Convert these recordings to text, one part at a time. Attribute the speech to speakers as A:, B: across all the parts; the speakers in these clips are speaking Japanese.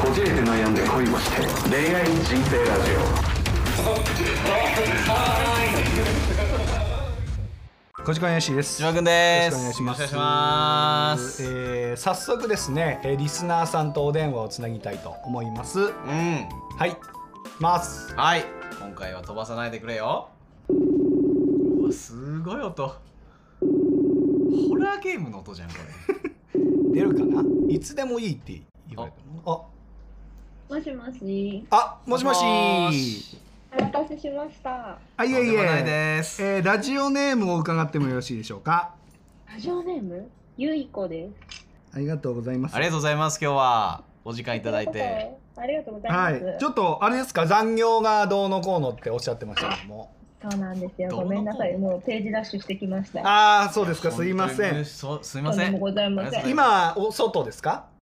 A: こじれて悩んで恋をして恋愛人生ラジ
B: 小近林です。
C: 島君です
B: よろしくお願いします。
C: よろしくお願いします
B: えー早速ですね、えーリスナーさんとお電話をつなぎたいと思います。は
C: うん
B: い、ます。
C: はい今回は飛ばさないでくれようわすごい音ホラーゲームの音じゃんこれ
B: 出るかな？いつでもいいって言われたの。
D: もしもし。
B: あ、あ、もしもし。
C: もし
D: お待たせしました。
B: あ、い
C: と
B: え
C: ん
B: い
C: でもない
B: え。
C: です
B: えーラジオネームを伺ってもよろしいでしょうか？
D: ラジオネームゆいこです。
B: ありがとうございます。
C: ありがとうございます今日はお時間いただいて。
D: ありがとうございま
B: は
D: す。
B: い、ちょっとあれですか残業がどうのこうのっておっしゃってましたけども
D: そうなんですよ。
C: どうも
D: ごめんなさい。もうページダッシュしてきました。
B: ああそうですかすいませ
C: 本当に
B: ん
C: そうすい
D: す
C: ません
D: もございま
C: あ
D: せ
C: りがとうござい
D: ん。
C: ます
B: 今お外ですか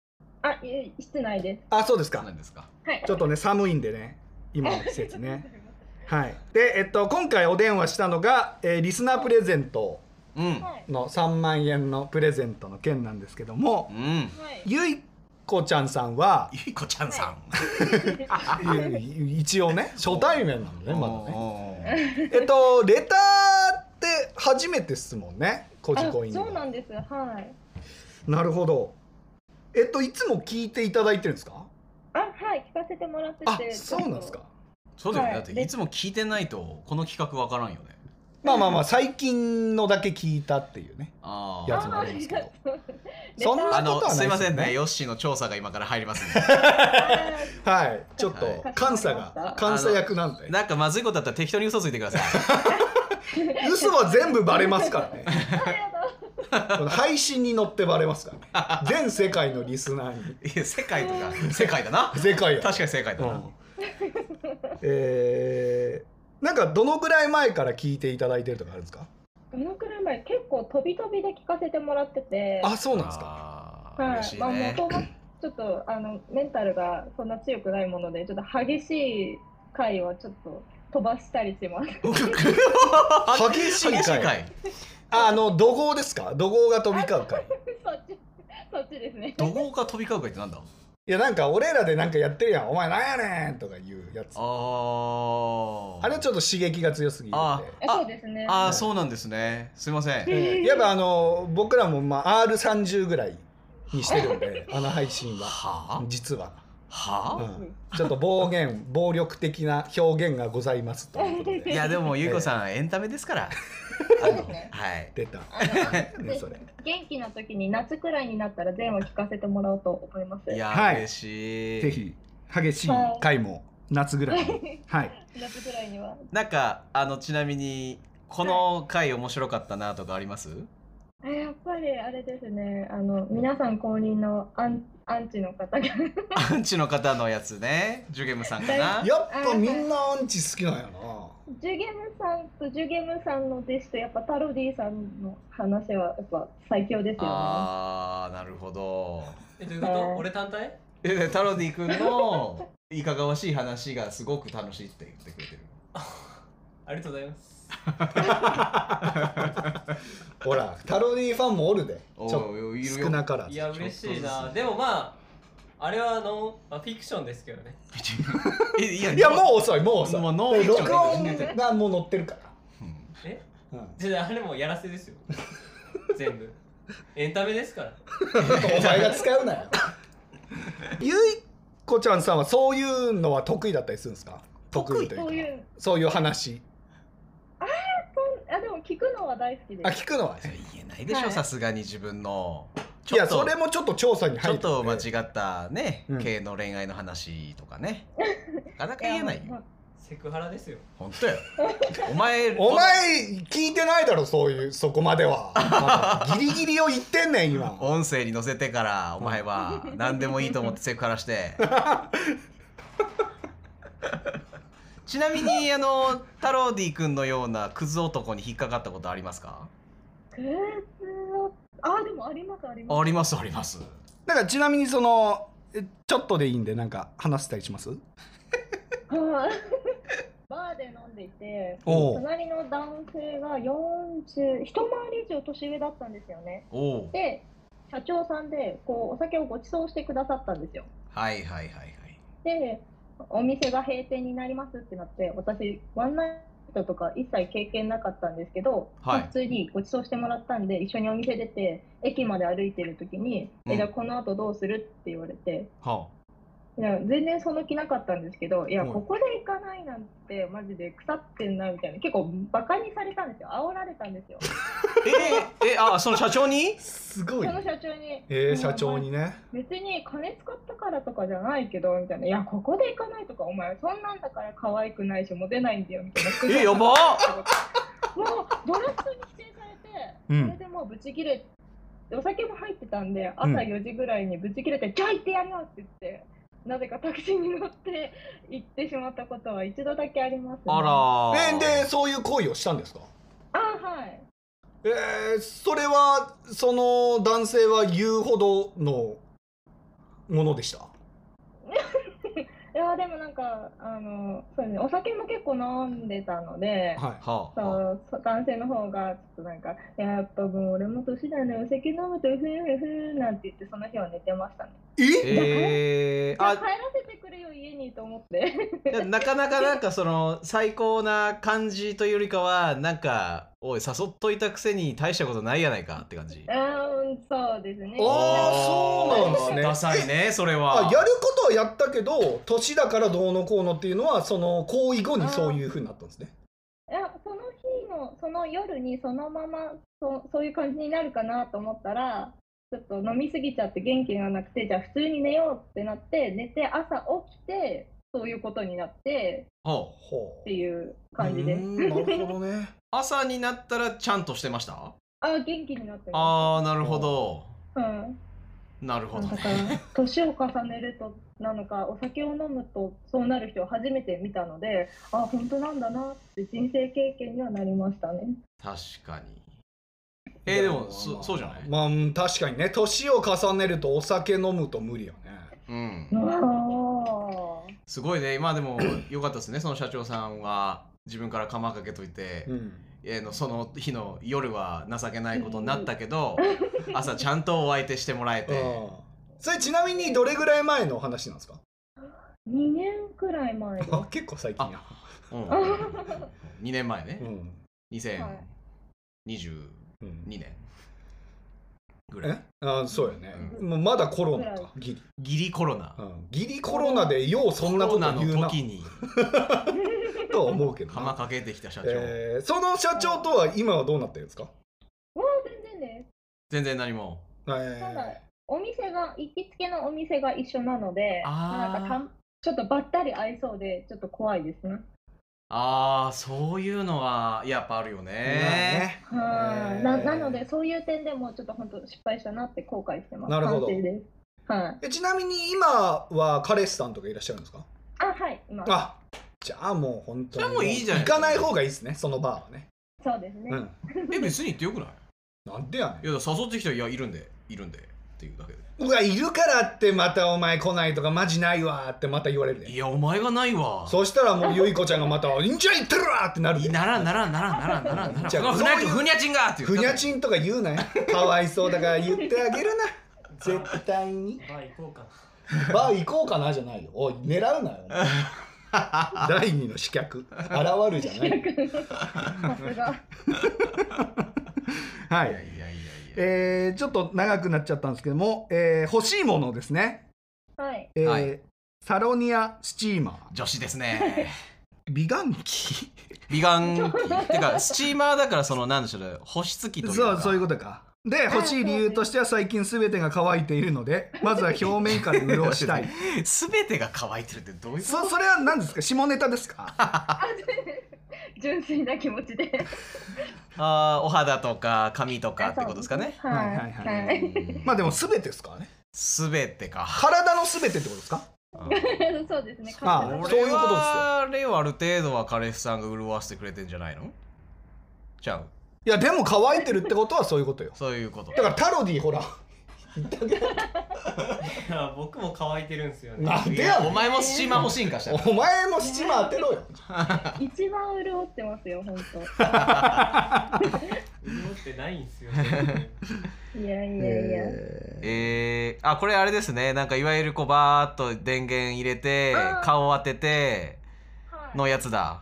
D: あ、いえ室内です。
B: あそうです
C: そう
B: か
C: なんですか
D: はい。
B: ちょっとね寒いんでね今の季節ねはいでえっと今回お電話したのが、えーリスナープレゼント
C: うんうん
D: はい。
B: の3万円のプレゼントの件なんですけども
D: はい。
B: ゆいこちゃんさんは
C: ゆいこちゃんさん
B: えー一応ね初対面なのねまだね
C: だね
B: えっとレターって初めてっすもんねコジ
D: あ
B: コイン
D: そうな
B: は
D: んです。はい。
B: なるほどえっといつも聞いていただいてるんですか
D: あ、はい。聞かせてもらって
B: あ
D: て。
B: そうなんですか。
C: そうだよね
D: は
C: だ
D: い
C: っていつも聞いてないとこの企画わからんよね
B: まあまあまあ最近のだけ聞いたっていうね
C: あ
B: や
D: あ
B: つ
C: あ
B: もあり
D: ー、
B: ま
D: あ
B: すけ
D: り
B: ど
D: がとう。
B: そん な
C: あ
B: そこと
C: の
B: は
C: す
B: ないい
C: ま
B: です
C: せ
B: よね
C: んねヨッシーの調査が今から入りますんで
B: はいちょっ
C: はい
B: と監査が監査役なん で
C: なんかまずいことあったら適当に嘘ついてください。
B: 嘘は全部バレますからね
D: あーありがとう。
B: この配信に乗ってバレますからね全世界のリスナ ーに
C: いや世界とか世界だな。
B: 世界は
C: 確かに世界だな。
B: えーなんかどのぐらい前から聞いていただいてるとかあるんですか
D: このくらい前、結構飛び飛びで聞かせてもらってて。
B: あそうなんですか
C: か
D: は
C: 嬉
D: い、
C: しい
D: まあ、
C: ね
D: も。ともちょっとあのメンタルがそんな強くないもので、ちょっと激しい回をちょっと飛ばしたりします。
B: 激しい
C: 激しい
B: 回
C: 回。
B: ああの怒号ですか怒号が飛び交う回
D: そっち、 そっちですね。
C: 怒号が飛び交う回ってなんだ。
B: いやなんか俺らでなんかやってるやんお前なんやねんとかいうやつ
C: あ
B: あ
C: あ。
B: れはちょっと刺激が強すぎて
C: あ
D: え
C: あ
D: そうですね。
C: ああそうなんですね。すいません。
B: えーやっぱあの僕らもまあ R30 ぐらいにしてるんであの配信は
C: は
B: 実は、
C: あは
B: うんちょっと暴言 暴力的な表現がございますということ
C: あ。い
B: で
C: やでもゆいこさんエンタメですから。 あ
D: そうで
C: の
D: すね
C: はい。
B: 出たね
D: あの
B: それ
D: 元気な時に夏くらいになったら全話聞かせてもらおうと思います。
C: い
B: は
C: や
B: い
C: 嬉しい。
B: ぜ。ひ激しい回も夏ぐらいに はい
D: 夏くらいには。
C: なんかあのちなみにこの回面白かったなとかあります？
D: あやっぱりあれですね、あの皆さん公認のアンアンチの方が
C: アンチの方のやつね、ジュゲムさんかな。
B: やっぱみんなアンチ好きなんやな
D: ジュゲムさんとジュゲムさんの弟子とやっぱタロディさんの話はやっぱ最強ですよね。
C: あー、なるほど。
E: えどういうこと、
D: はい
E: 俺単体
C: えタロディ君の いかがわしい話がすごく楽しいって言ってくれてる。
E: ありがとうございます。
B: ほらタロディファンもおるでち
C: お
B: ょ
C: う
B: っと
C: いるよ
B: 少なから
E: い
B: ず
E: や、
C: ちょっと
E: 嬉しい
C: ず
E: な。
C: つ
E: でもまあ、あれはあの、まあ、フィクションですけどね。
C: え いや
B: いやもう遅いもう遅い
C: もうノーフィクション
B: 録音がもう載ってるか
C: うん
E: え
B: ら、うん
E: じゃあ、あれもやら せですよ。全部。エンタメですから。
B: お前が使う なよ。ゆいこちゃんさんはそういうのは得意だったりするんですか。得意というか。
D: そういう
B: そういう話。
D: そんあでも聞くのは大好きです。
B: あ、聞くのは。
C: それ言えないでし
D: は
C: ょ、
D: い
C: さすがに自分の。
B: いや、それもちょっと調査に
C: ち
B: 入
C: ょ
B: る
C: っ
B: んで。
C: と間違ったね、
B: うん
C: 系の恋愛の話と かね。なかなか
D: や
C: 言えないよ。
D: ま
E: セクハラですよ。
C: 本当よ。お前、
B: お前聞いてないだろそういうそこまで は。まだギリギリを言ってんねん今。
C: 音声に載せてからお前は何でもいいと思ってセクハラして ちなみにあのタローディ君のようなクズ男に引っかかったことありますか
D: あクーズをあでもありますあります。
C: ありますあります
B: だからちなみにそのえちょっとでいいんでなんか話したりします。
D: はい バーで飲んでいて
B: おう
D: 隣の男性が40一回り以上年上だったんですよね。
C: おう
D: で社長さんでこうお酒をご馳走してくださったんですよ。
C: はいはいはいはい。
D: で、お店が閉店になりますってなって、私、ワンナイトとか一切経験なかったんですけど、
C: はい
D: 普通にご馳走してもらったんで、一緒にお店出て、駅まで歩いてる時に、
C: うん
D: えじゃあこの後どうするって言われて、
C: はあ。
D: いや全然その気なかったんですけど、いや、
C: はい
D: ここで行かないなんて、マジで腐ってんなみたいな、結構バカにされたんですよ、煽られたんですよ。
C: えー、え、あ、その社長に
B: すご
D: そ
B: い
D: の社長に、
B: えー、社長にね
D: 別に金使ったからとかじゃないけどみたいな「いやここで行かないとかお前そんなんだから可愛くないしモテないんだよ」みたいな
C: えやばっ
D: もうドラフトに指定されて、
B: うん
D: それでもうブチ切れお酒も入ってたんで朝
B: うん
D: 4時ぐらいにブチ切れて「じゃあ行ってやるよ」って言ってなぜかタクシーに乗って 行ってしまったことは一度だけあります、ね、
C: あら
B: えでそういう行為をしたんですか
D: あはい
B: えー、それはその男性は言うほどのものでした
D: いやでもなんかあのそうですねお酒も結構飲んでたので、
B: は
C: はあ
D: そ。うそ男性の方がちょっとなんか「いややっぱもう俺も年だねお酒飲むとふんふん」なんて言ってその日は寝てましたね
B: いえ
C: えー、
D: じゃあ
C: あ
D: 帰らせてくれよ家にと思って
C: いやなかなかなんかその最高な感じというよりかはなんかおい誘っといたくせに大したことないやないかって感じ
D: うーんそうですね
B: あーそうなんですね
C: ダサいねそれ
B: あ
C: は
B: やることはやったけど年だからどうのこうのっていうのはその行為後にそういうふうになったんですね
D: いやその日のその夜にそのままそそういう感じになるかなと思ったらちょっと飲みすぎちゃって元気がなくてじゃあ普通に寝ようってなって寝て朝起きてそういうことになって
C: ほう
B: ほ
D: っていう感じです
B: うーんなるほどね
C: 朝になったらちゃんとしてました
D: あ元気になってま
C: ああなるほど
D: すうん
C: なるほど
D: だ
C: ね
D: から年を重ねるとなのかお酒を飲むとそうなる人を初めて見たのであ本当なんだなって人生経験にはなりましたね
C: 確かにえー、でもそ,、そうじゃない、
B: まあうん確かにね年を重ねるとお酒飲むと無理よね
C: うん
D: あ
C: すごいねまあでもよかったですねその社長さんは自分から釜かけといて、
B: うん
C: えーのその日の夜は情けないことになったけど朝ちゃんとお相手してもらえて
B: あーそれちなみにどれぐらい前の話なんですか
D: ー2年くらい 前です
B: あ結構最近や、
C: うん、2年前ね
B: う、ん
D: はい
C: 2022
B: うん、
C: 年ぐらい
B: えあそうよね、
D: うん
B: もうまだコロナ
D: ぐら
B: か
D: い
B: ギリ、
C: ギリコロナ
B: うん、ギリコロナでようそんなこ
C: コロ
B: と
C: ナの
B: 言うな
C: 時に
B: とは思うけど
C: 釜
B: な、
C: かけてきた社長、
B: えーその社長とは今はどうなってるんですか、
D: もう全然ね
C: 全然何も
B: え
D: た
B: ー
D: だお店が行きつけのお店が一緒なので
C: あー
D: なんかたんちょっとばったり会いそうでちょっと怖いですね
C: ああそういうのはやっぱあるよね,、
D: は
B: へー
D: いななのでそういう点でもちょっと本当失敗したなって後悔してます
B: なるほど
D: 反省ですはい
B: えちなみに今は彼氏さんとかいらっしゃるんですか
D: あはい今
B: あじゃあもう本当に
C: じゃあもういいじゃない
B: 行かない方がいいですねそのバーはね、
D: そうですね、
B: うん、
C: え別に言ってよくない
B: なんでやね
C: いやだから誘ってきたらいやいるんでいるんでっていうだけで
B: んうわいるからってまたお前来ないとかマジないわーってまた言われる
C: い
B: で
C: やお前がないわ
B: そしたらもうゆいこちゃんがまた「いいんじゃん行ってるわ!」ってなるで
C: ならんならんならんならんならんならん
B: じゃあ
C: ふな
B: そういう
C: ふにゃちんがって
B: ふにゃ
C: ん
B: ちんとか言うなよかわいそうだから言ってあげ るな絶対に
E: バー行こうか
B: バー行こうかなじゃないよおい狙う なよ第二の刺客現るじゃない
D: さすが。
B: はいい
C: やいやいやいや
B: えーちょっと長くなっちゃったんですけども、えー欲しいものですね、
D: はい。
B: えー
C: はい
B: サロニアスチーマ
C: 女子ですね
B: ー美顔器
C: 美顔器ってかスチーマーだからそのなんでしょうね保湿器という
B: そ
C: か
B: うそういうことかで欲しい理由としては最近全てが乾いているの でまずは表面から潤したい
C: 全てが乾いてるってどういうこと
B: そそれは何ですか下ネタです か
D: 純粋な気持ちで。
C: あーお肌とか髪とかってことですかね
D: はい
B: は
D: はいい
B: は
D: はいい。
B: まあでも全てですからね
C: 全てか
B: 体の全てってことですか
D: そうですね。
B: あ
D: 勝手な
B: そういうことですよ
C: あれはある程度は彼氏さんが潤わせてくれてんじゃないのじゃあ
B: いやでも乾いてるってことはそういうことよ
C: そういうこと
B: だからタロディほら
E: いや僕も乾いてるんですよね
B: なん
C: い
B: でや
C: や
B: ね
C: お
B: ん
C: 前もスチーマー欲しいんかしたら
B: お前もスチーマー当てろよ
D: 一番潤ってますよ、本
E: 潤ってないんですよ。
D: いやいやいや。
B: え
C: えー、あこれあれですねなんかいわゆるこうバーっと電源入れて
D: あー
C: 顔を当てて
D: はい
C: のやつだ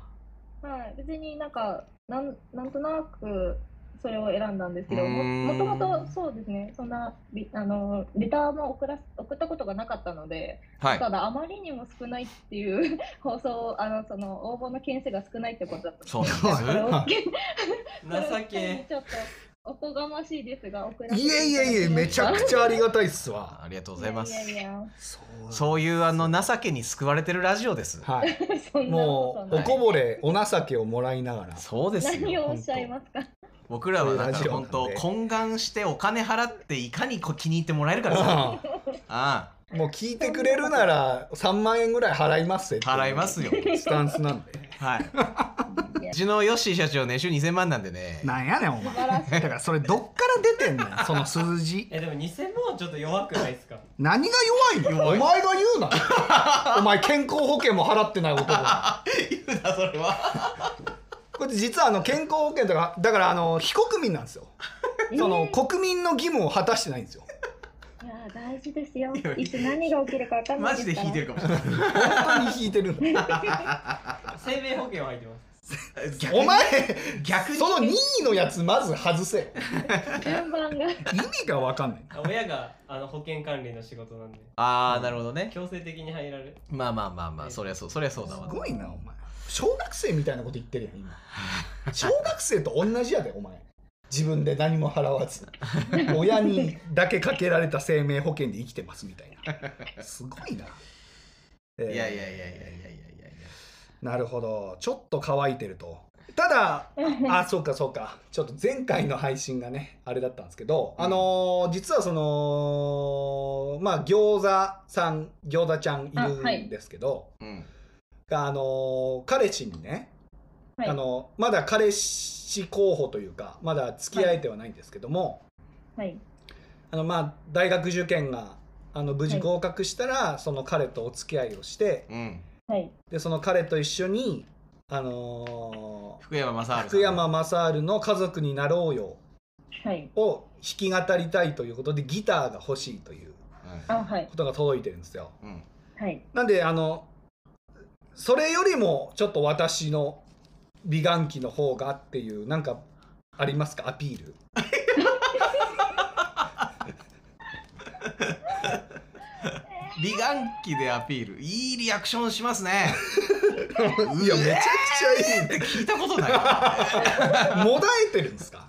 D: はい、別になんかなんなんとなくそれを選んだんですけど
C: うー
D: も
C: ん
D: もともとそうですねそんなリあのレターも送らす送ったことがなかったので、
C: はい
D: ただあまりにも少ないっていう放送あのその応募の件数が少ないってことだった
C: そう
D: ので
C: なんです
D: それを
B: は
D: それを
E: 情け。
D: ちょっとおこがましいですが送らせ
B: いい
D: て
B: えいえいえめちゃくちゃありがたいっすわ
C: ありがとうございます
D: やいやいや
B: そう
C: そういうあの情けに救われてるラジオです
B: はい
D: そ んな
B: も
D: こと
B: う
D: な
B: お
D: い
B: こぼれお情けをもらいながら
C: そうです
D: 何
C: よ
D: をおっしゃいますか
C: 僕らはだ
B: ラ
C: か
B: ジ
C: ら
B: オなん
C: 本
B: で
C: 当懇願してお金払っていかにこう気に入ってもらえるからさ
B: ああ
C: あ
B: もう聞いてくれるなら3万円ぐらい払いますって
C: あ払いますよ
B: スタンスなんで
C: はいうちのヨッシー社長年収2000万なんでね
B: なんやねんお
D: 素
B: 前
D: 晴らしい
B: だからそれどっから出てんね んその数字
E: え、でも2000万ちょっと弱くないですか
B: 何が弱いのお前が言うなお前健康保険も払ってない男が
C: 言うなそれは
B: これ実はあの健康保険とかだからあの非国民なんですよその
D: えー
B: 国民の義務を果たしてないんですよ
D: いや大事ですよ
C: いやいや
D: いつ何が起きるかわかん
C: マ
D: ないで
C: ジ
D: す
C: で引いてるか
D: から
C: もしれない
B: 本当に引いてるんだ
E: 生命保険は入ってます。
C: 逆に
B: お前
C: 逆に
B: その2位のやつまず外せ
D: 順番が
B: 意味が分かんない
E: あ親があの保険関連の仕事なんで、
C: ああなるほどね
E: 強制的に入られる。
C: まあまあまあまあそりゃそうそりゃそうだわ
B: すごいなお前小学生みたいなこと言ってるやん今小学生と同じやでお前自分で何も払わ ず親にだけかけられた生命保険で生きてますみたいなすごいな、えー
C: いやいやいやいやいやいやい
B: なるほどちょっと乾いてるとた だあそうかそうかちょっと前回の配信がねあれだったんですけど、あのー実はそのまあ餃子さん餃子ちゃんい
D: あは
B: るん
D: い
B: ですけど、
C: やうん
B: が、あのー彼氏にね、
D: はい
B: あのまだ彼氏候補というかまだ付き合えてはないんですけども、
D: はい
B: あのまあ、大学受験があの無事合格したら、その彼とお付き合いをして
C: うん
D: はい
B: でその彼と一緒に、あの
C: 福山雅治
B: ー
C: さん
B: 福山雅治の「家族になろうよ
D: はい」
B: を弾き語りたいということでギターが欲しいという
D: あはい
B: ことが届いてるんですよ。
C: うん
D: はい
B: なんであのそれよりもちょっと私の美顔器の方がっていうなんかありますかアピール
C: 美顔器でアピールいいリアクションしますね
B: いやめちゃくちゃいい
C: 聞いたことないわ
B: もだえてるんですか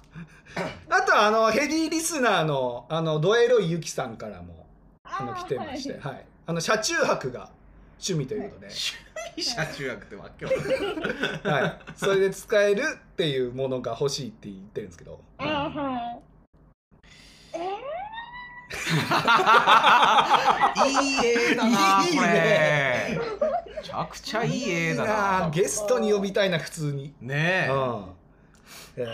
B: あとはあのヘビーリスナーのあのドエロイユキさんからもあの来てまして、
D: あ
B: はいあの車中泊が趣味ということで、
C: 社中学ってわけわかんない
B: はい、それで使えるっていうものが欲しいって言ってるんですけど
D: ーはいあーはいえ
C: いい
D: ー
C: 絵だなこ
B: いい
C: れ
B: ね
C: めちゃくちゃいい絵だ
B: いい
C: な
B: あゲストに呼びたいな普通に。
C: ねえ
B: うんえー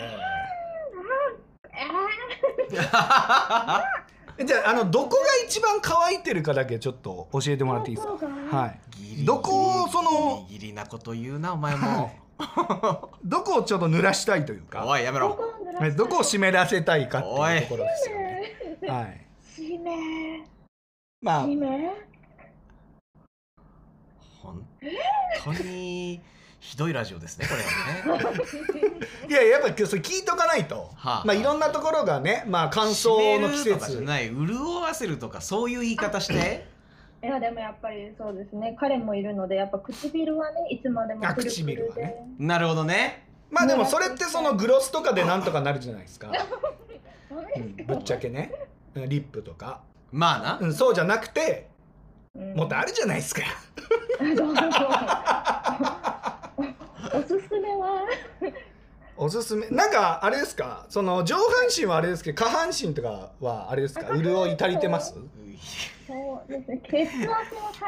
D: え
B: じゃああのどこが一番乾いてるかだけちょっと教えてもらっていいですか。
D: どこが
B: はい。
C: ギリギリ
B: どこをその
C: ギリギリなこと言うなお前も
B: どこをちょっと濡らしたいという か、
C: おいやめ
D: ーど
C: ろ
D: こを濡ら
B: は
D: し
B: い
D: た
B: どこを湿らせたいかっていうところですよね。
D: えー
B: はい。
D: しめ
B: まあ
D: し め
C: 本当にひどいラジオですねこれはね
B: いややっぱそれ聞いとかないと、
C: はあ
B: まあいろんなところがね、まあ乾燥の季
C: 湿るとかじゃ
B: 節。
C: ない潤わせるとかそういう言い方して
D: いやでもやっぱりそうですね彼もいるのでやっぱ唇はねいつまでも
B: あ
D: くるく
B: 唇
D: る
B: は
D: で、
B: ね
C: なるほどね
B: まあでもそれってそのグロスとかでなんとかなるじゃないですか。
D: そう
B: う
D: です
B: ん
D: か
B: ぶっちゃけね。うんリップとか、
C: まあな、
B: うん、そうじゃなくて
D: うん
B: もっとあるじゃないですか。
D: そうそうそうおすすめは
B: おすすめなんかあれですかその上半身はあれですけど下半身とかはあれですか潤い足りてます
D: そうですね血圧は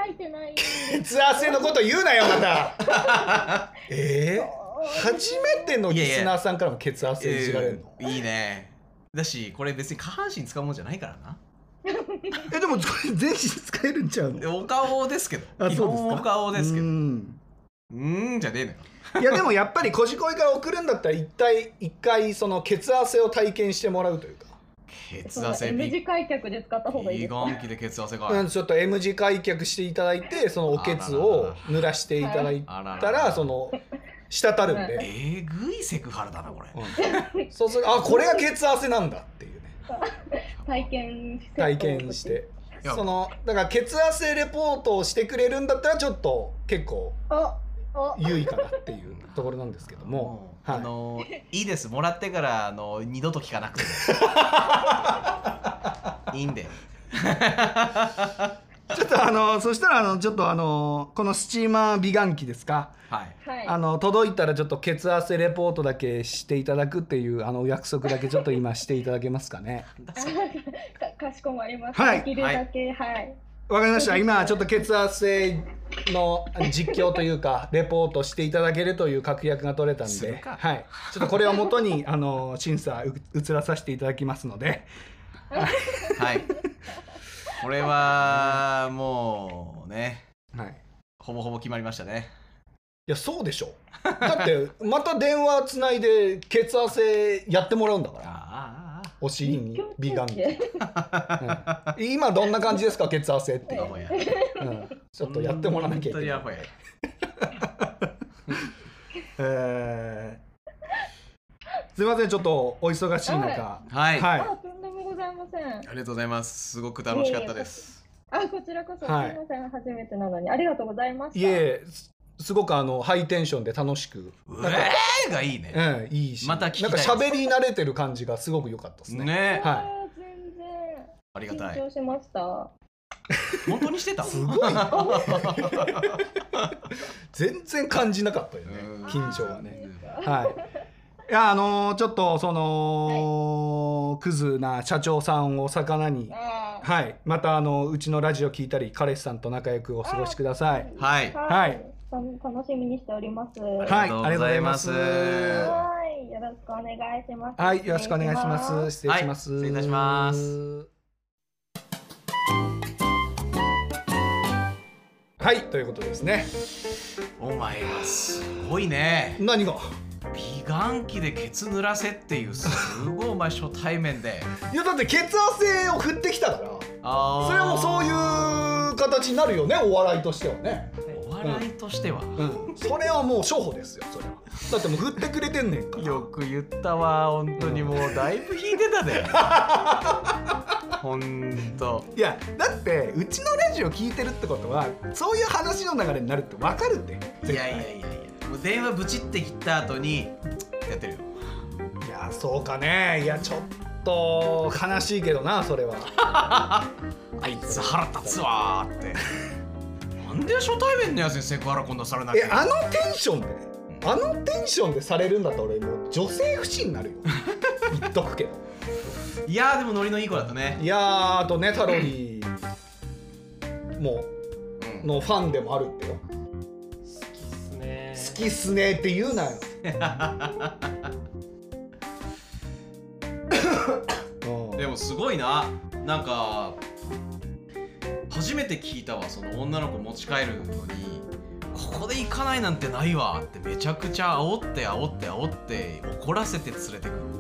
D: 書いてないんです
B: 血汗のこと言うなよまた えー、初めてのリスナーさんからも血汗いじられるの
C: えーいいねだしこれ別に下半身使うもんじゃないからな
B: えでもこれ全身使えるんちゃう
C: でお顔ですけど
B: あ
C: 基
B: そうです
C: 本
B: か
C: お顔ですけど
B: うん
C: うーんじゃねえのよ
B: いやでもやっぱりこじこいから送るんだったら一体一回その血汗を体験してもらうというか、
C: 血汗
D: 無
C: ビ
D: 字開脚で使った方がいいで
C: ー
D: す
C: ガ
D: か
C: ン期で血汗か
B: うん、
C: い
B: ちょっと M 字開脚していただいてそのおけつを濡らしていただい
C: あら
B: たらその滴るんで、
C: えぐいセクハラだなこれ
B: うんそうするあこれが血汗なんだっていうね
D: 体験して
B: 体験して
C: いや
B: そのだから血汗レポートをしてくれるんだったらちょっと結構
D: ああ
B: 優位かなっていうところなんですけども
C: もう、
B: はい
C: あのいいですもらってからあの二度と聞かなくても いいんだよ
B: ちょっとあのそしたらあのちょっとあのこのスチーマー美顔器ですか
C: はい
D: はい
B: あの届いたらちょっと血圧レポートだけしていただくっていうあのお約束だけちょっと今していただけますかね
D: かかしこまりました、
B: はい
D: できるだけはい
B: わかりました今ちょっと血圧の実況というかレポートしていただけるという確約が取れたん
C: する
B: で、
C: か
B: はい、ちょっとこれをもとにあの審査う移らさせていただきますので
C: はいこれはもうね
B: はい
C: ほぼほぼ決まりましたね
B: いやそうでしょだって また電話つないで血圧やってもらうんだから
C: ああああ
B: お尻に美顔器、
D: で
B: うん 今どんな感じですか血圧 っていう
C: ああほや
B: うんちょっとやってもらわなきゃいけ
C: 本当に
B: な
C: ア
B: い。
C: ホや
B: えーすみません、ちょっとお忙しい中。
C: はい、
B: は
D: あ
B: い。
D: とんでもございません
C: ありがとうございますすごく楽しかったです
D: あこちらこそすみ
B: は
D: ま
B: い
D: せん、初めてなのにありがとうございました
B: いえ、すすごくあのハイテンションで楽しく、
C: う
B: なんか
C: えーがいいね
B: うん、いいし、
C: また聞きた
B: ないん
C: で
B: か
C: す
B: 喋り慣れてる感じがすごく良かったですね。
C: ね
B: は
D: あー全然
C: ありがた
D: 緊
C: い
D: 張しました
C: 本当にしてた
B: すごい。全然感じなかったよね
C: うん、
B: 緊張はね。
D: あ
B: はい。いや、あのーちょっとその、クズな社長さんを魚に。
D: あー
B: はい、またあのうちのラジオ聞いたり彼氏さんと仲良くお過ごしください。
C: はい
B: はい
D: た楽しみにしております
B: は
C: あ
B: い、
C: り
B: あ
C: が
B: りがとうご
C: とうご
B: ざ
C: ざ
B: い
C: い
B: ま
C: ますす。
D: はいよろしくお願いします
B: はい、よろしくお願いします。失礼します。
C: はい失礼いたします。
B: はい、ということですね。
C: お前はすごいね
B: 何が？
C: 美顔器でケツ濡らせっていうすごいお前初対面で
B: いやだって血圧を振ってきたから、
C: あー
B: それはもうそういう形になるよね、お笑いとしてはね。
C: お笑いとしては、
B: うん、それはもう処方ですよ、それは。だってもう振ってくれてんねんから。
C: よく言ったわ本当にもうだいぶ引いてた で本当
B: いやだってうちのラジオ聞いてるってことはそういう話の流れになるって分かるって
C: いやいやいやいやもう電話ブチって切った後にやってるよ
B: いやそうかねいやちょっと悲しいけどなそれ は
C: あいつ腹立つわー ってなんで初対面のやつにセクハラこんなされなき
B: え
C: ゃ
B: あのテンションであのテンションでされるんだったら俺もう女性不信に なるよ言っとくけど
C: いやーでもノリのいい子だったね
B: いやーあとねタロリーも
C: うん
B: のファンでもあるってよ
E: すね
B: 好きっすねって言うなようん
C: でもすごいななんか初めて聞いたわその女の子持ち帰るのにここで行かないなんてないわってめちゃくちゃ煽って煽って煽って怒らせて連れてくるっ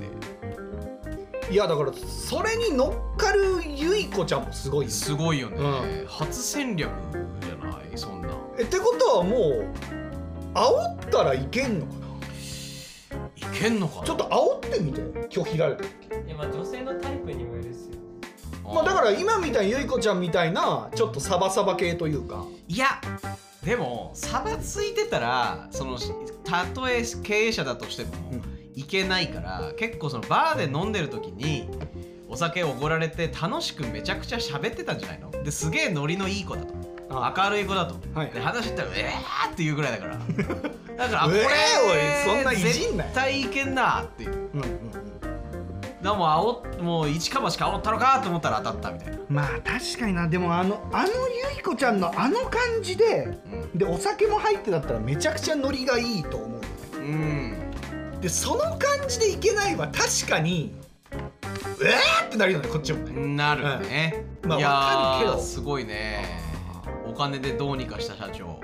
B: いやだからそれに乗っかるゆいこちゃんもすごいよ
C: てすごいよね、
B: う
C: 初戦略じゃないそんなん
B: えってことはもう煽ったらいけんのか
C: いけんのかな
B: なちょっと煽ってみて拒否られて
E: いやまあ女性のタイプにもよるっすよね
B: まあだから今みたいにゆいこちゃんみたいなちょっとサバサバ系というか
C: いやでも差がついてたらそのたとえ経営者だとしても
B: うん
C: いけないから結構そのバーで飲んでる時にお酒おごられて楽しくめちゃくちゃ喋ってたんじゃないのですげえノリのいい子だと明るい子だと、
B: はい
C: で話したら「えー!」っていうぐらいだから だからあ
B: う
C: こ
B: えーおい
C: れ、
B: そんないじんなよ
C: 絶対いけんなっていう
B: うんうん
C: だからもう煽っもう一か八か煽ったのかと思ったら当たったみたいな、
B: まあ確かになでもあのあのゆいこちゃんのあの感じででお酒も入ってだったらめちゃくちゃノリがいいと思う
C: うん、うん
B: でその感じでいけないは確かにえーってなるよねこっちもね
C: なるね、
B: うんまあ
C: いやー
B: わかるけど
C: すごいねお金でどうにかした社長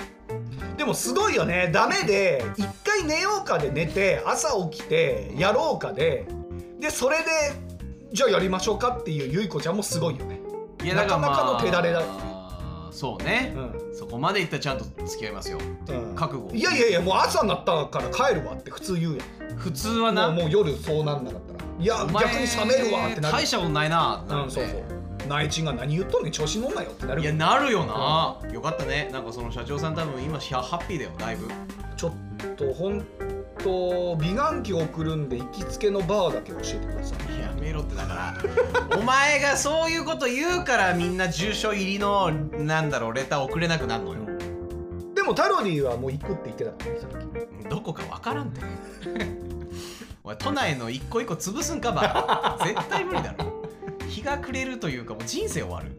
B: でもすごいよねダメで一回寝ようかで寝て朝起きてやろうかででそれでじゃあやりましょうかっていうゆいこちゃんもすごいよね
C: いやだから、まあ、
B: なかなかの手だれだ
C: そうね
B: う、ん、
C: そこまでいったらちゃんと付き合いますよ
B: うん、
C: 覚悟
B: いやいやいやもう朝になったから帰るわって普通言う
C: 普通は
B: や
C: なん
B: もうもう夜そうなんなかったらいや
C: お前
B: 逆に冷めるわってな
C: 大
B: る
C: したことないなってな
B: う
C: る
B: ん
C: ね
B: そうそう内地が何言っとんねん調子乗んなよってなる
C: いやなるよな、よかったねなんかその社長さん多分今しゃハッピーだよだいぶ
B: ちょっと本当美顔器送るんで行きつけのバーだけ教えてください
C: やめろってだから お前がそういうこと言うからみんな住所入りのなんだろうレター送れなくなるのよ
B: でもタロディはもう行くって言ってたからねさっき
C: どこかわからんってお前都内の一個一個潰すんかば絶対無理だろ日が暮れるというかもう人生終わる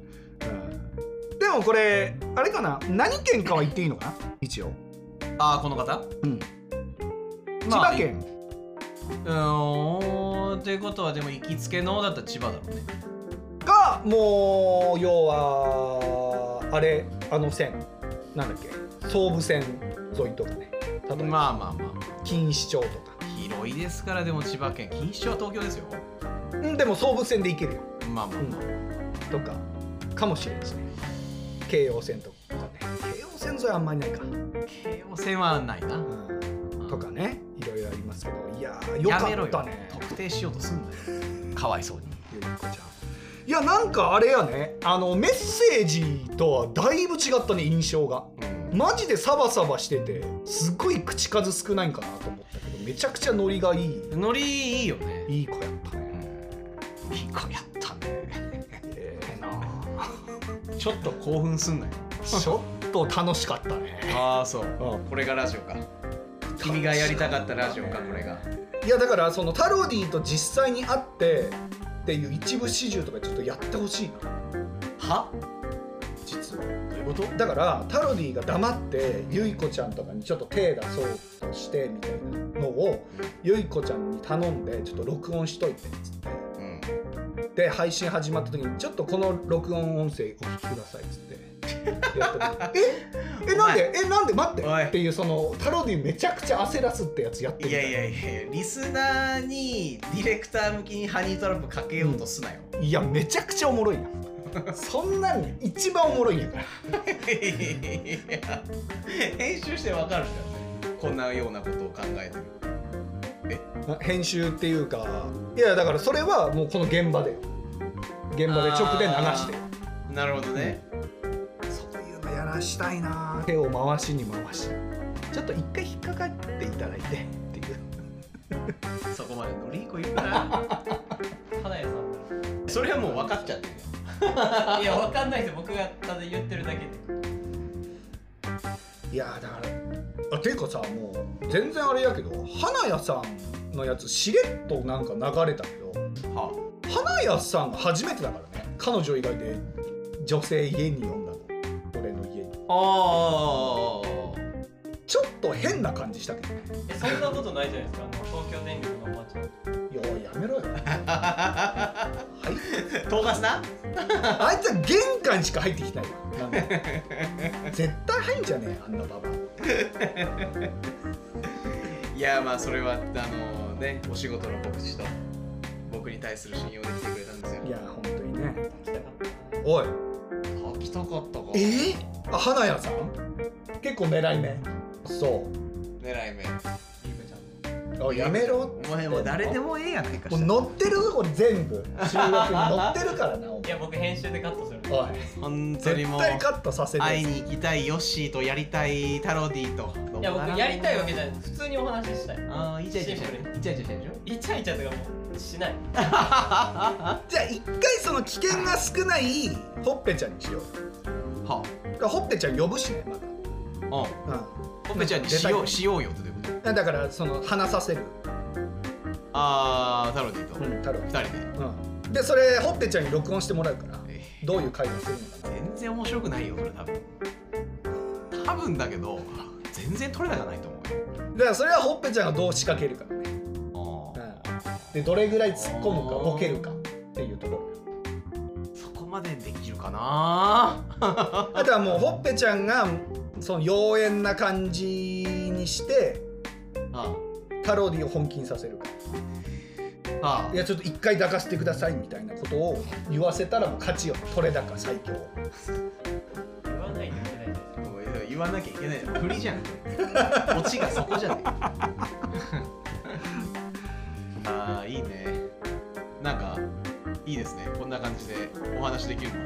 B: うんでもこれあれかな何県かは言っていいのかな一応、
C: ああこの方
B: うん
C: ま
B: 千
C: あ
B: 葉県
C: うーんということはでも行きつけのだったら千葉だろうね
B: がもう要はあれあの線なんだっけ総武線沿いとかね例えば
C: まあまあま
B: 錦糸町と
C: あ広いですからでも千葉県錦糸町は東京ですよ
B: かうんでも総武線で行けるよ
C: まあまあまあ、
B: とかかもしれんですね京葉線とかね京葉線沿いはあんまりないか、
C: 京王線はないな、
B: うん、とかねいろいろありますけどいやーよ
C: や
B: か
C: めろ
B: った
C: よ
B: ね
C: 特定しようとすんなよかわいそうに
B: ゆりこちゃんいやなんかあれやねあのメッセージとはだいぶ違ったね印象がマジでサバサバしててすっごい口数少ないんかなと思ったけどめちゃくちゃノリがいい
C: ノリいいよね
B: いい子やった ね
C: いい子やったね
B: ええなあ
C: ちょっと興奮すんなよ
B: ちょっと楽しかったね
C: ああそう
B: うん
C: これがラジオか君がやりたかったラジオかこれが
B: いやだからそのタロディと実際に会ってっていう一部始終とかちょっとやってほしいな
C: は
B: 実は
C: どういうこと
B: だからタロディが黙ってゆいこちゃんとかにちょっと手出そうとしてみたいなのをゆいこちゃんに頼んでちょっと録音しといてっつって
C: うん
B: で配信始まった時にちょっとこの録音音声お聞きくださいっつ ってやった時ええなんでえなんで待って
C: おい
B: っていうそのタロディめちゃくちゃ焦らすってやつやってみ
C: い
B: た
C: や
B: い
C: いやいやいやリスナーにディレクター向きにハニートラップかけようとすなよ、
B: いやめちゃくちゃおもろい なそんなん一番おもろいんやから
C: いや編集してわかるじゃんこんなようなことを考えてる
B: 編集っていうかいやだからそれはもうこの現場でよ現場で直で流してよ
C: なるほどね
B: そういうのやらしたいな手を回しに回しちょっと一回引っかかっていただいてっていう
C: そこまでノリいい子いるから
E: 花屋さんか
C: それはもう分かっちゃってるよ
E: らいやわかんないですよ僕がただ言ってるだけで
B: いやだからあていうかさもう全然あれやけど花屋さんのやつしれっとなんか流れたけど
C: は
B: 花屋さんが初めてだからね彼女以外で女性家に呼んだの俺の家に
C: あ
B: ちょっと変な感じしたけどね
E: え そんなことないじゃないですかあの東京電力のおばちゃん
B: いやおいや めろよ
C: あ唐辛子な
B: あいつは玄関しか入ってきてないよなんか絶対入んじゃねえあんなババア
C: いやまあそれはあのねお仕事の告知と僕に対する信用で来てくれたんですよ
B: いや本当にね
E: 来たかった
B: おい
C: 書きたかったか
B: あ花屋さん結構狙い目そ
C: 狙い目
E: ゆうかちゃん
B: うあやめろ
C: お前もう誰でもええやないか
B: もう乗ってるぞこれ全部収録に乗ってるからなお
E: いや
B: 前
E: 僕編集でカットする
B: おい
C: 本当に
B: 絶
C: もう
B: 対カットさせて
C: 会いに行きたいヨッシーとやりたいタロディと
E: いや僕やりたいわけじゃない普通にお話ししたい
C: ああイチャイチャしてるイチャイチャしてるでしょ
E: イチャイチャとかもうしない
B: じゃあ一回その危険が少ないほっぺちゃんにしよう
C: は
B: だからほっぺちゃん呼ぶしねま
C: あうん
B: だ、
C: ほっぺちゃんにしようしようよってどういうこと
B: うん、だからその話させる、
C: ああタロディと
B: うん、太郎
C: 二人で
B: うん、でそれほっぺちゃんに録音してもらうから
C: え
B: どういう会話するのかな
C: 全然面白くないよそれ多分多分だけど全然取れ高ないと思
B: だからそれはほっぺちゃんがどう仕掛けるかね
C: うよ
B: でどれぐらい突っ込むかボケるかっていうところ
C: そこまでできるかな
B: あとはもうほっぺちゃんがその妖艶な感じにして
C: あ
B: タロディを本気にさせるか
C: あああ
B: いやちょっと一回抱かせてくださいみたいなことを言わせたらもう勝ちよ取れ高最強
E: 言わないといけないじゃない
C: もう言わなきゃいけない振りじゃんオチがそこじゃねえ ああいいねなんかいいですねこんな感じでお話できるの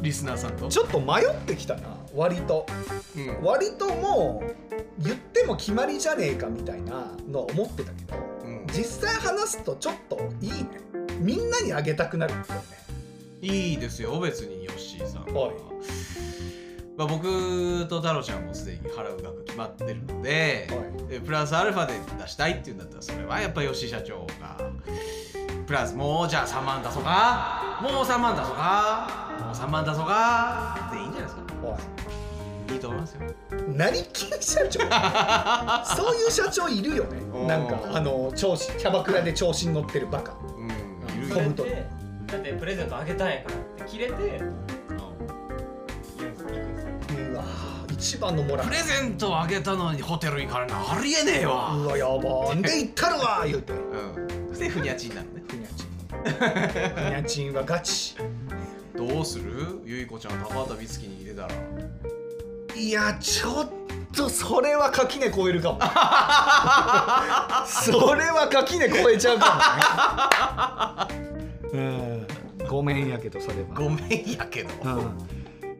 C: リスナーさんと
B: ちょっと迷ってきたな割と
C: うん
B: 割ともう言っても決まりじゃねえかみたいなのは思ってたけど
C: うん
B: 実際話すとちょっといいねみんなにあげたくなるんだよね
C: いいですよ別にヨッシーさん
B: はい
C: まあ、僕と太郎ちゃんもすでに払う額決まってるので、
B: は
C: でプラスアルファで出したいっていうんだったらそれはやっぱ吉井社長がプラスもうじゃあ3万出そうかもう3万出そうかもう3万出そうかでいいんじゃないですか
B: はい
C: いいと思いますよ
B: なりきり社 長そういう社長いるよねなんか
C: うん
B: あの調子キャバクラで調子に乗ってるバカ
C: うん
E: で
C: い
E: す
C: る
E: か
B: そうん
C: よ
E: それでだってプレゼントあげたんやからって切れて言うんです行くんですよ
B: うわ一番のモラル
C: プレゼントをあげたのにホテル行かれるのありえねえわ
B: うわやばーんで行ったるわー言うて
C: うんそしてふにゃちになるね
B: ふにゃ ちんふにゃちんはガチ
C: どうするゆいこちゃん高畑美月に入れたら
B: いやちょっとそれは垣根超える かもそれは垣根超えちゃうかもねうんごめんやけどそれは
C: ごめんやけど、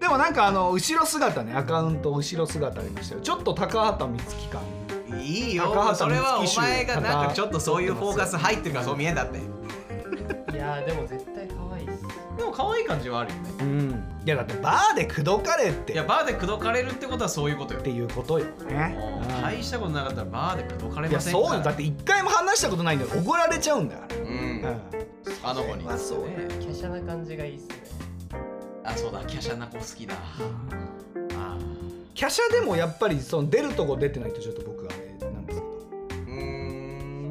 B: でもなんかあの後ろ姿ねアカウント後ろ姿ありましたよちょっと高畑充希感
C: いい
B: 高
C: よ
B: 畑
C: それはお
B: 充希
C: 前がなんか
B: 集
C: ちょっとそういうフォーカス入ってるからそう見えんだって
E: いやーでも絶対可愛いっす
C: でも可愛い感じはあるよね
B: うんいやだってバーで口説かれて
C: いや
B: っ
C: バーで口説かれるってことはそういうことよ
B: ていうことよね
C: もう
B: うん
C: 大したことなかったらバーで口説かれ
B: いや
C: ません
B: そうよだ
C: か
B: って一回も話したことないんだよ怒られちゃうんだから
C: らうんあの子に
B: まあそうね
E: キャシャな感じがいいっすね
C: あそうだキャシャな子好きだあ
B: キャシャでもやっぱりその出るとこ出てないとちょっと僕はあれなんですけど
C: ーうーん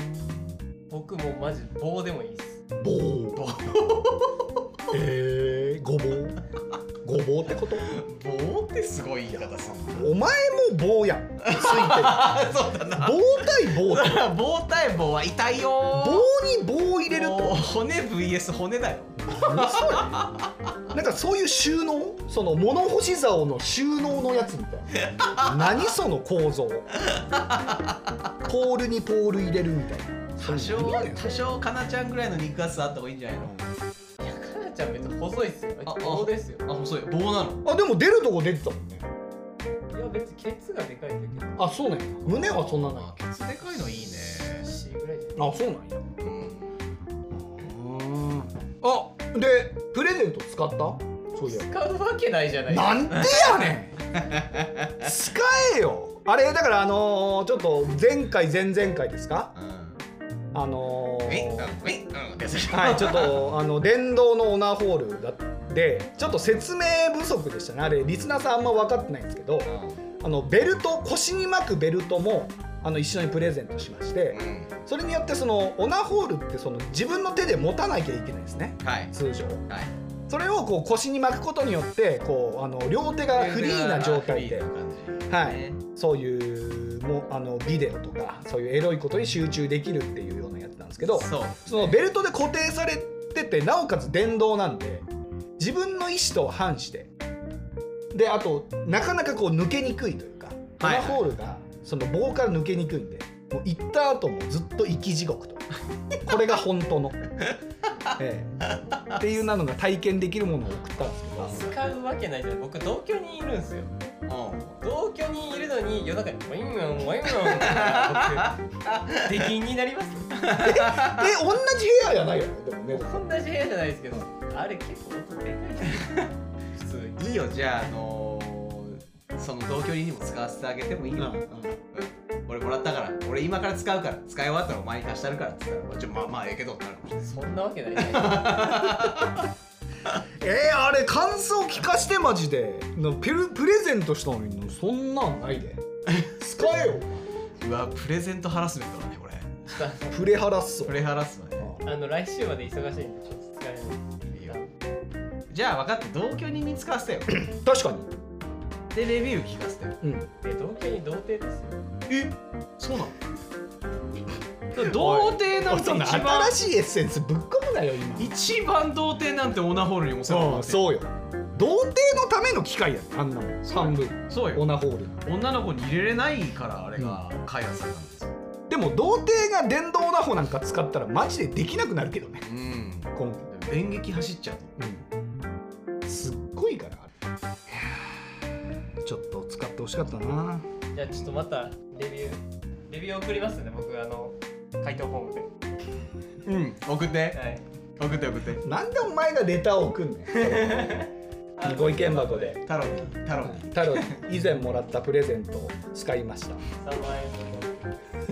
E: 僕もうマジ棒でもいいっす
B: 棒棒えー、ごぼうごぼうってこと
C: 棒ってすごい言い方する
B: お前も棒やんついてる
C: あそうだな
B: 棒対棒って
C: 棒対棒は痛いよ
B: 棒に棒を入れるって
C: もう骨 VS 骨だよ
B: なんかそういう収納その物干し竿の収納のやつみたいな何その構造 ポールにポール入れるみたいな
C: 多少
B: 何やねん
C: 多少かなちゃんぐらいの肉厚あった方がいいんじゃないの
E: いやかなちゃん別に細いっすよ
C: ああ
E: 棒ですよ
C: あ細い棒なの
B: あでも出るとこ出てたもんね
E: いや別にケツがでかいだけだ
B: あそうなんや胸はそんなない
C: あケツでかいのいいね
E: C ぐらいじゃない
B: あそうなんや
C: うん
B: あでプレゼント使ったそういや
E: 使うわけないじゃないですか
B: なんでやねん 使えよあれだからあのーちょっと前回前々回ですか
C: うん
B: あのー
C: ウィンうんウィンうんってする
B: はい、ちょっとあの電動のオナーホールだでちょっと説明不足でしたねあれリスナーさんあんま分かってないんですけどあのベルト腰に巻くベルトもあの一緒にプレゼントしまして
C: うん
B: それによってそのオナーホールってその自分の手で持たなきゃいけないんですね
C: はい
B: 通常
C: はい
B: それをこう腰に巻くことによってこうあの両手がフリーな状態で
C: フリーな感じ
B: はいそういうもうあのビデオとかそういうエロいことに集中できるっていうようなやつなんですけど
C: そう
B: そのベルトで固定されててなおかつ電動なんで自分の意思と反してであとなかなかこう抜けにくいというかマ
C: はいはい
B: ホールがその棒から抜けにくいんでもう行った後もずっと生き地 獄とこれが本当の、ええっていうなのが体験できるものを送ったんですけ ど
E: 使うわけないじゃない僕同居にいるんですよ
C: う
E: 同居にいるのに夜中に「ワインワンワインワン」って言ったら僕出禁になります
B: え同じ部屋じゃないよねでもね
E: 同じ部屋じゃないですけどあれ結構音でかいじゃない普通に
C: んいいよじゃああのーその同居人にも使わせてあげてもいいよ俺もらったから俺今から使うから使い終わったらお前に貸してあるからって言ったらちょまあまあええけどってなるかもしれない
E: そんなわけないじゃない
B: えー、あれ感想聞かしてマジでなプレプレゼントしたのにそんなんない で使えよ
C: うわプレゼントハラスメントだねこれ
E: ですか
B: プレハラッソ
C: プレハラスメント
E: あの来週まで忙しいんでちょっと疲れな い
C: いいよじゃあ分かった同居人に使わせてよ
B: 確かに
C: でレビュー聞かせてよ
B: うん、
E: で同居に童貞ですよ
C: えそうなの童貞なんて
B: そんな
C: 一番
B: 新しいエッセンスぶっ込むなよ今
C: 一番童貞なんてオナホールにお世話にな
B: そ
C: っ
B: う
C: て
B: そうよ童貞のための機械やあんなもん
C: そう
B: 半分
C: そう
B: オ
C: よ
B: ナホール
C: 女の子に入れれないからあれが開発されたんですよ
B: でも童貞が電動オナホなんか使ったらマジでできなくなるけどね
C: うんで
B: 今後
C: も電撃走っちゃうと
B: うんすっごいからあれちょっと使ってほしかったな
E: じゃあちょっとまたレビューレビュー送りますんで僕あの回答フォームで
C: うん送って
E: はい
C: 送って送って
B: なんでお前がレターを送んね
E: あの
B: ん ご意見箱で
C: タロにタロに
B: 太郎に以前もらったプレゼントを使いました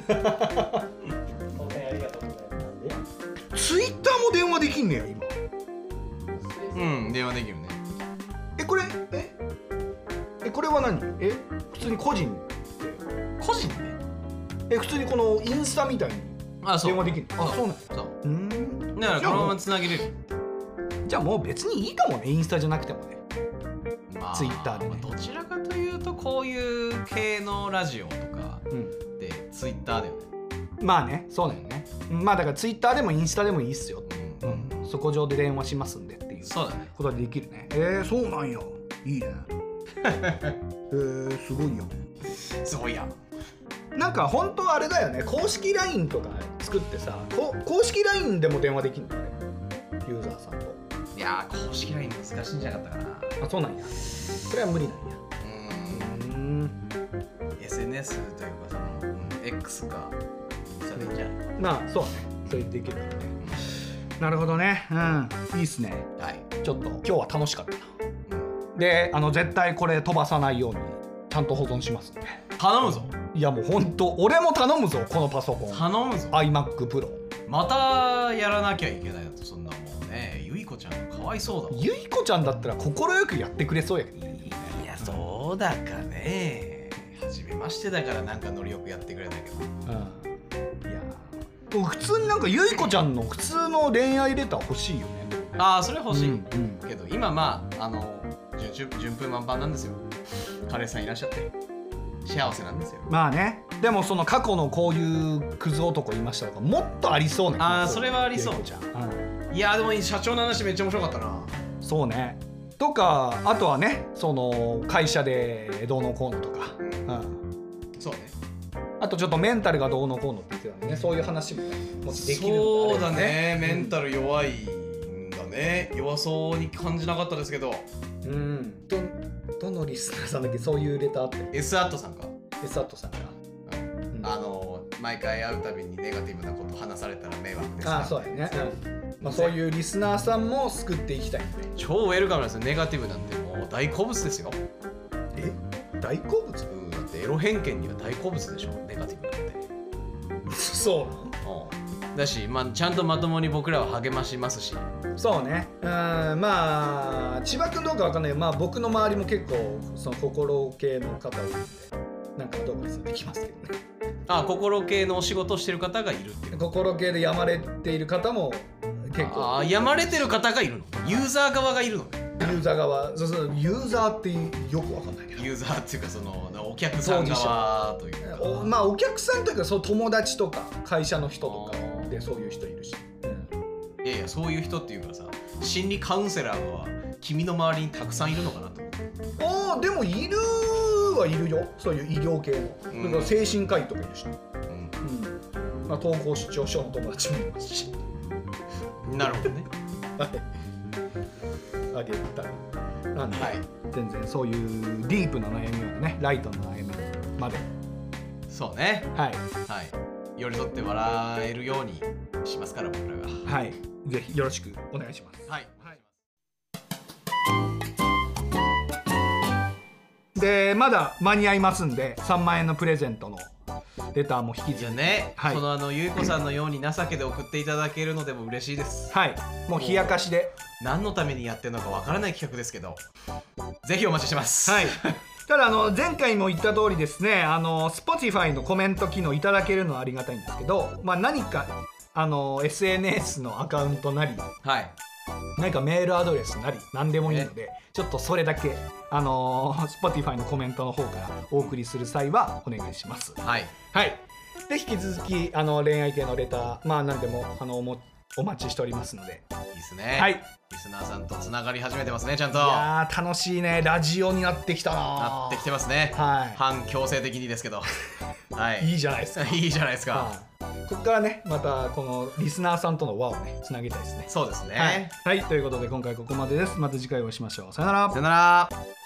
E: 3万円の当選ありがとうございます
B: ツイッターも電話できんねや今
C: うん電話できるね
B: えこれええこれは何え普通に個人
C: 個人で
B: え普通にこのインスタみたいに
C: あそう
B: 電話できるあそうなん
C: そう
B: うん
C: だからこのままつなげれる
B: じゃあもう別にいいかもねインスタじゃなくてもね
C: ま
B: Twitter でね
C: どちらかというとこういう系のラジオとか
B: うん
C: ってツイッターだよね
B: まあねそうだよねうんまあだからツイッターでもインスタでもいいっすよ、
C: うん、
B: そこ上で電話しますんでっていう
C: そうだね
B: ことができるねえー、そうなんやいい ねえー、すごいよ
C: すごいやん
B: なんか本当あれだよね公式 LINE とか作ってさこ公式 LINE でも電話できるんだねユーザーさんと
C: いやー公式 LINE 難しいんじゃなかったかな
B: あそうなんやそれは無理なんやうん
C: SNS というかその、うん X かそれじゃん
B: まあそうねそれできるよねなるほどねうんいいっすね
C: はい、
B: ちょっと今日は楽しかったな
C: うん
B: であの絶対これ飛ばさないようにちゃんと保存しますんで
C: 頼むぞ
B: いやもうほんと俺も頼むぞこのパソコン
C: 頼むぞ
B: iMacPro
C: またやらなきゃいけないだとそんなもうねゆいこちゃんかわいそうだもん
B: ゆいこちゃんだったら快くやってくれそうやけどね
C: いやそうだかね初めましてだからなんかノリよくやってくれたけど
B: うんいやもう普通になんかゆいこちゃんの普通の恋愛レター欲しいよね
C: ああそれ欲しい、
B: うんうん
C: けど今まああの順順順風満帆なんですよ彼氏さんいらっしゃって幸せなんですよ
B: まあねでもその過去のこういうクズ男いましたとかもっとありそうな気がする
C: あーそれはありそう
B: ゆいこちゃん、うん
C: いやーでも社長の話めっちゃ面白かったな
B: そうねとかあとはねその会社でどうのこうのとか、うん、
C: そうね
B: あとちょっとメンタルがどうのこうのって言ってたんでねそういう話もねもしできるの
C: そう
B: であ
C: だ
B: れば
C: ねメンタル弱いんだね弱そうに感じなかったですけど
B: うんどどのリスナーさんだっけそういうレターって
C: S アットさんか
B: エサットさんが、うん
C: あの毎回会うたびにネガティブなこと話されたら迷惑です
B: あそうやね、うんまあ、そういうリスナーさんも救ってい きたいんで
C: 超ウェルカムなんですよネガティブなんてもう大好物ですよ
B: え大好物
C: うんだってエロ偏見には大好物でしょネガティブなんて
B: そ
C: うんだし、まあ、ちゃんとまともに僕らは励ましますし
B: うそうねうんまあ千葉君どうかわかんないけどまあ僕の周りも結構その心系の方多いんでなんかどうかできますけどね
C: あ心系のお仕事をしてる方がいるっていう
B: 心系でやまれている方も結
C: あ
B: 構
C: あやまれてる方がいるのユーザー側がいるのね
B: ユーザー側そうそうユーザーってよくわかんないけど
C: ユーザーっていうかそのお客さん側というか
B: おまあお客さんというかそう友達とか会社の人とかでそういう人いるし、
C: いやいやそういう人っていうからさ心理カウンセラーは君の周りにたくさんいるのかなと思って
B: ああでもいるはいるよそういう医療系の、
C: うん
B: だから精神科医とかいるし、
C: う
B: うんまあ、統合失調症の友達もいますし
C: んなるほどね
B: あげたらなんで、
C: はい
B: 全然そういうディープな悩みまでねライトな悩みまで
C: そうね
B: はい
C: はい寄り添って笑えるようにしますから僕らが
B: はい、ぜひよろしくお願いします。
C: はい、
B: で、まだ間に合いますんで、3万円のプレゼントのレターも引き
C: じ
B: ず
C: ゃあ
B: り、
C: ね、
B: はい
C: そのあのゆいこさんのように情けで送っていただけるのでも嬉しいです
B: はい、もう冷やかしで、
C: 何のためにやってるのかわからない企画ですけどぜひお待ちしてます
B: はい。ただあの前回も言った通りですね、あの Spotify のコメント機能いただけるのはありがたいんですけど、まあ何かあの SNS のアカウントなり
C: はい
B: 何かメールアドレスなり何でもいいのでちょっとそれだけあのー Spotify のコメントの方からお送りする際はお願いします
C: はい
B: はいで引き続きあの恋愛系のレターまあ何でもあのおもお待ちしておりますので
C: いいっすね
B: はいい
C: リスナーさんとつながり始めてますねちゃんとな
B: やー楽しいねラジオになってきたな
C: ってきてますね
B: はい、
C: 反強制的にですけどはい
B: い、いじゃ ないですか
C: いいじゃないですか、
B: はい、ここからねまたこのリスナーさんとの輪をねつなげたいですね
C: そうですね、
B: はい、はい、ということで今回ここまでですまた次回お会いしましょうさよなら
C: さよなら